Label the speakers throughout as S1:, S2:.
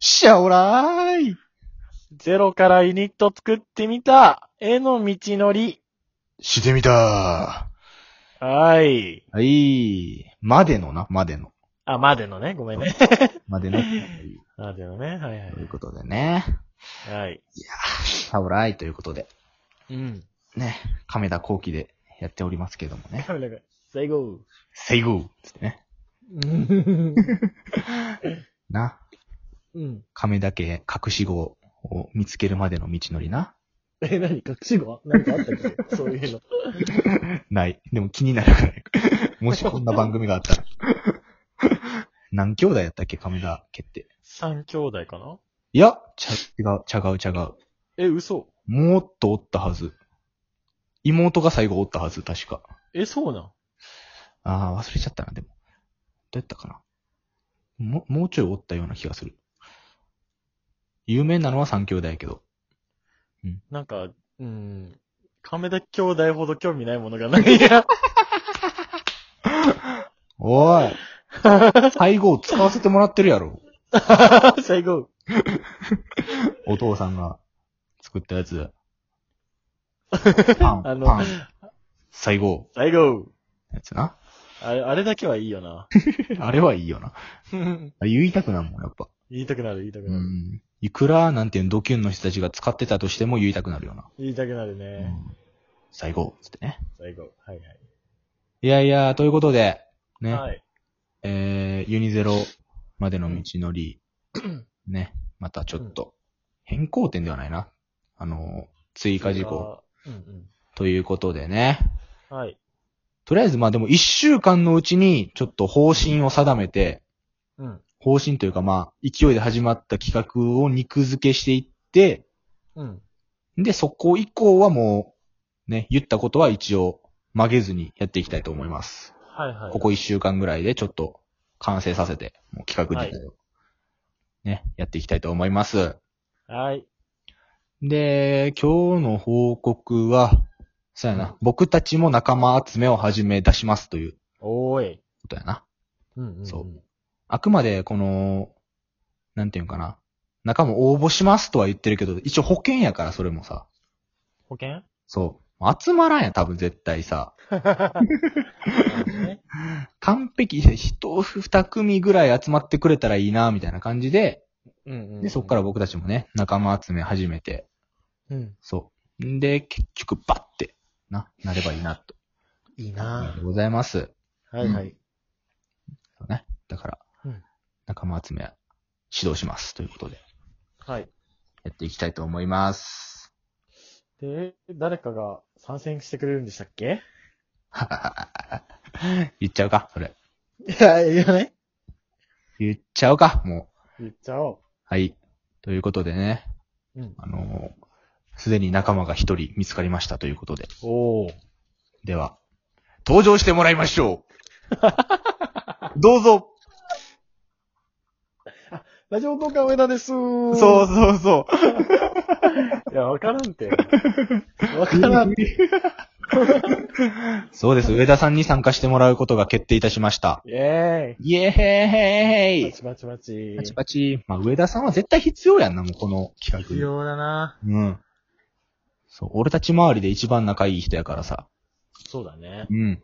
S1: シャオラーイ
S2: ゼロからユニット作ってみた、絵の道のり。
S3: してみた
S2: はい。
S1: はい。までのな、までの。
S2: あ、までのね、ごめん ね。
S1: までの。と
S2: までのね、はいはい
S1: いうことでね。
S2: はい。はい。
S1: シャオラーイということで、
S2: うん。
S1: ね。亀田後期でやっておりますけどもね。
S2: カメラが、最後。
S1: セイゴーつってね。
S2: うん。
S1: な。
S2: うん。
S1: 亀田家隠し子を見つけるまでの道のりな。
S2: え、何隠し子なんかあったっけ そういうの。
S1: ない。でも気になるからい。もしこんな番組があったら。何兄弟やったっけ亀田家って。
S2: 三兄弟かない
S1: や、ちゃ、違う、ちゃがう、ちゃがう。
S2: え、嘘。
S1: もっとおったはず。妹が最後おったはず、確か。
S2: え、そうなん
S1: ああ、忘れちゃったな、でも。どうやったかな。も、もうちょいおったような気がする。有名なのは三兄弟やけど。
S2: なんか、うん。亀田兄弟ほど興味ないものが ないや。
S1: おい、最後を使わせてもらってるやろ。
S2: 最後。
S1: お父さんが作ったや つ。パン、
S2: あの
S1: パン、最後、
S2: 最後。
S1: やつな。
S2: あれ、あれだけはいいよ な。
S1: あれはいいよな。あ言いたくなるもん、やっぱ。
S2: 言いたくなる、言いたく
S1: う
S2: なる。
S1: ん。いくら、なんていうのドキュンの人たちが使ってたとしても言いたくなるよな。
S2: 言いたくなる
S1: う
S2: ね。
S1: ん最後、つってね。
S2: 最後。はいはい。
S1: いやいや、ということで、ね、
S2: はい。
S1: えー、ユニゼロまでの道のり、ね、またちょっと、変更点ではないな。あの、追加事項
S2: うん
S1: ということでね。
S2: うん。はい。
S1: とりあえず、まあでも一週間のうちに、ちょっと方針を定めて、
S2: うん。
S1: 方針というかまあ、勢いで始まった企画を肉付けしていって、
S2: うん。
S1: で、そこ以降はもう、ね、言ったことは一応、曲げずにやっていきたいと思います。
S2: はいはい。
S1: ここ一週間ぐらいでちょっと完成させて、もう企画自体を、ね、やっていきたいと思います。
S2: はい。
S1: で、今日の報告は、そうやな、僕たちも仲間集めを始め出しますという
S2: おーい。
S1: ことやな。
S2: うんうん。
S1: そあくまでこの、なんていうんかな、仲間応募しますとは言ってるけど、一応保険やからそれもさ、
S2: 保険
S1: そう。集まらんやん、多分絶対さ。
S2: ね
S1: 完璧、人二組ぐらい集まってくれたらいいな、みたいな感じで、
S2: うんうんうん。
S1: で、そっから僕たちもね、仲間集め始めて、
S2: うん。
S1: そう。んで、結局、バッて、な、なればいいな、と。
S2: いい
S1: あ
S2: な
S1: りございます。
S2: ぁ。はいはい。
S1: そうね。だから、
S2: うん
S1: 仲間集め、指導します。ということで、
S2: はい。
S1: やっていきたいと思います。
S2: で、誰かが参戦してくれるんでしたっけ
S1: 言っちゃうか、それ。
S2: いや、いやね。
S1: 言っちゃうか、もう。
S2: 言っちゃお
S1: はい。ということでね、
S2: う。うん。
S1: あのーすでに仲間が一人見つかりましたということで。
S2: おー。
S1: では、登場してもらいましょ うどうぞ
S2: ラジオ動画上田ですー。。
S1: そうそうそう
S2: いや、わからんて。わからんて。
S1: う。そうです。上田さんに参加してもらうことが決定いたしました。
S2: イェー
S1: イエー
S2: イ。
S1: イ
S2: まちまちまち
S1: パ。チパチ。まあ、上田さんは絶対必要やんな、もうこの企画
S2: 必。要だな
S1: うん。そう、俺たち周りで一番仲いい人やからさ。
S2: そうだね。
S1: うん。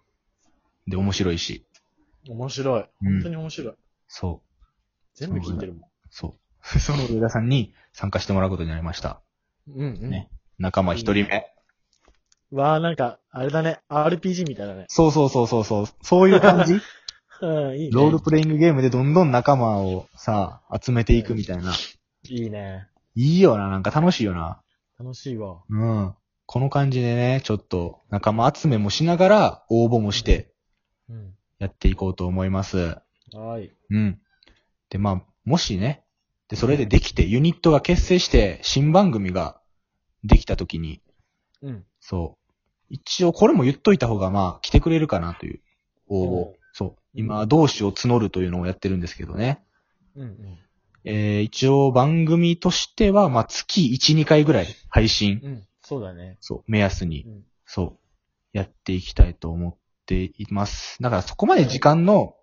S1: で、面白いし。
S2: 面白い。
S1: うん
S2: 本当に面白い。
S1: そ
S2: 全部聞いてるも
S1: う、そう。その上田さんに参加してもらうことになりました。
S2: ん。うんうん。
S1: ね仲間一人目。
S2: わあ、なんか、あれだね。RPG みたいだね。
S1: そうそうそうそうそう。そういう感じ
S2: うん、いいね。
S1: ロールプレイングゲームでどんどん仲間をさ、集めていくみたいな。
S2: いいね。
S1: いいよな、なんか楽しいよな。
S2: 楽しいわ。
S1: うん。この感じでね、ちょっと仲間集めもしながら応募もして
S2: うん。
S1: やっていこうと思います。
S2: はーい。
S1: うん。で、まあ、もしね、で、それでできて、ユニットが結成して、新番組ができたときに、
S2: うん。
S1: そう。一応、これも言っといた方が、まあ、来てくれるかなという応募
S2: うん。
S1: そう。今、同志を募るというのをやってるんですけどね。
S2: うんうん。
S1: えー、一応、番組としては、まあ、月1、2回ぐらい配信、
S2: うん。そうだね。
S1: そう、目安に
S2: う、ん。
S1: そう、やっていきたいと思っています。だから、そこまで時間の、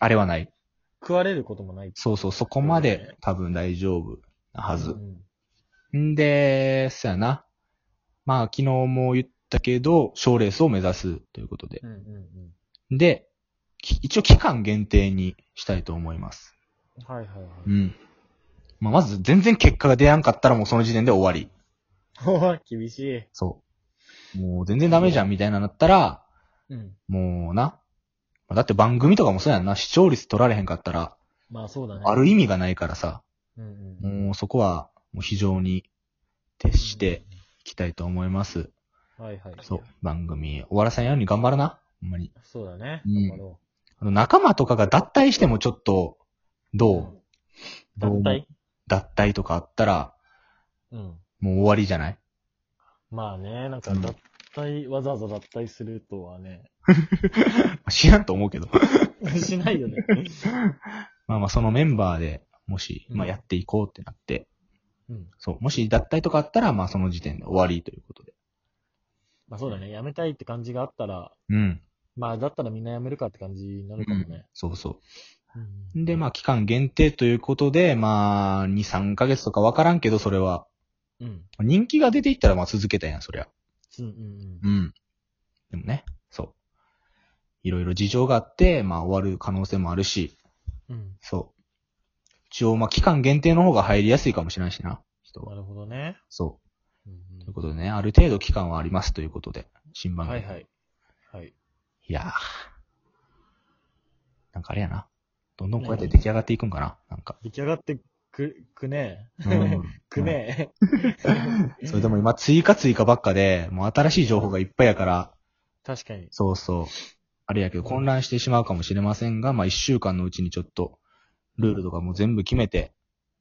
S1: あれはない。
S2: 食われることもない。
S1: そうそう、そこまで多分大丈夫なはず。んで、そやな。まあ、昨日も言ったけど、賞レースを目指すということで。
S2: うんうんうん
S1: で、き一応期間限定にしたいと思います。
S2: うん。はいはいはい。
S1: うん。まあ、まず全然結果が出やんかったらもうその時点で終わり。
S2: おい厳しい。
S1: そう。もう全然ダメじゃんみたいなのなったら、
S2: うん。
S1: もうな。まあだって番組とかもそうやんな。視聴率取られへんかったら、
S2: まあそうだね。
S1: ある意味がないからさ。
S2: うんうん。
S1: もうそこは、もう非常に徹していきたいと思います。
S2: はいはい。
S1: そう。。番組終わらせないように頑張るな。ほんまに。
S2: そうだね。
S1: うん
S2: 頑張ろ
S1: あの、仲間とかが脱退してもちょっと、
S2: う。
S1: どう
S2: 脱
S1: どう思う
S2: 退
S1: 脱退とかあったら、
S2: うん。
S1: もう終わりじゃない
S2: まあね、なんか
S1: うん
S2: 脱退、わざわざ脱退するとはね。
S1: 知らんと思うけど。
S2: しないよね。
S1: まあまあ、そのメンバーで、もし、
S2: うん
S1: まあやっていこうってなって、
S2: うん。
S1: そう、もし脱退とかあったら、まあその時点で終わりということで。
S2: まあそうだね。辞めたいって感じがあったら、
S1: うん。
S2: まあだったらみんな辞めるかって感じになるかもね。
S1: そうそ
S2: うん
S1: う。で、まあ期間限定ということで、まあ、2、3ヶ月とかわからんけど、それは。
S2: うん。
S1: 人気が出ていったら、まあ続けたやん、そりゃ。
S2: うんうん
S1: うん。でもね、そう。いろいろ事情があって、まあ終わる可能性もあるし、
S2: うん。うん。
S1: そう。一応、まあ期間限定の方が入りやすいかもしれないしな、人は
S2: な。るほどね。
S1: そ
S2: うん
S1: う。という
S2: う
S1: ことでね、ある程度期間はありますということで、新
S2: ん、
S1: 番
S2: は
S1: 組。
S2: いはい。はい。
S1: いやー。なんかあれやな。どんどんこうやって出来上がっていくんかな。なん か。
S2: 出来上がってく、くね
S1: う
S2: え。
S1: ん
S2: くねえ。
S1: それでも今追加追加ばっかで、もう新しい情報がいっぱいやから、
S2: 確かに。
S1: そうそう。あれやけど混乱してしまうかもしれませんが、まあ一週間のうちにちょっと、ルールとかも全部決めて、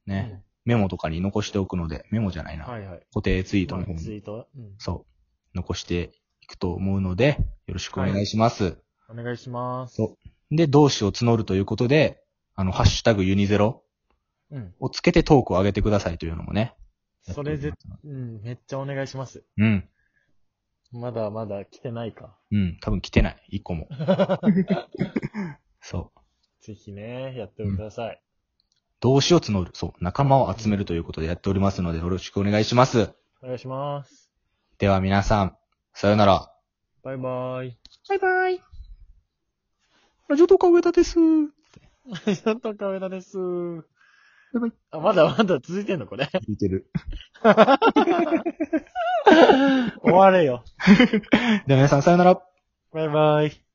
S1: ね、メモとかに残しておくので、メモじゃない
S2: うん
S1: な。
S2: はいはい。
S1: 固定ツイート
S2: ま
S1: の
S2: あ
S1: 方
S2: ツイ
S1: に、
S2: ート、うん、
S1: そう、残していくと思うので、よろしくお願いします。
S2: お願いします。
S1: そで、同志を募るということで、あの、ハッシュタグユニゼロ
S2: うん。
S1: をつけてトークを上げてくださいというのもね。
S2: それ
S1: で
S2: ぜ、うん、めっちゃお願いします。
S1: うん。
S2: まだまだ来てないか。
S1: うん。多分来てない。一個も。 そう。
S2: ぜひね、やっておいてください。
S1: 同志を募る。そう。仲間を集めるということでやっておりますので、よろしくお願いします。
S2: お願いします。
S1: では皆さん、さよなら。
S2: バイバイ。
S1: バイバイ。ラジオとか上田です。
S2: ちょっと上田です。
S1: イバイ
S2: あ、まだまだ続いてんのこれ。
S1: 聞いてる。
S2: 終われよ。
S1: では皆さん、さよなら。
S2: バイバイ。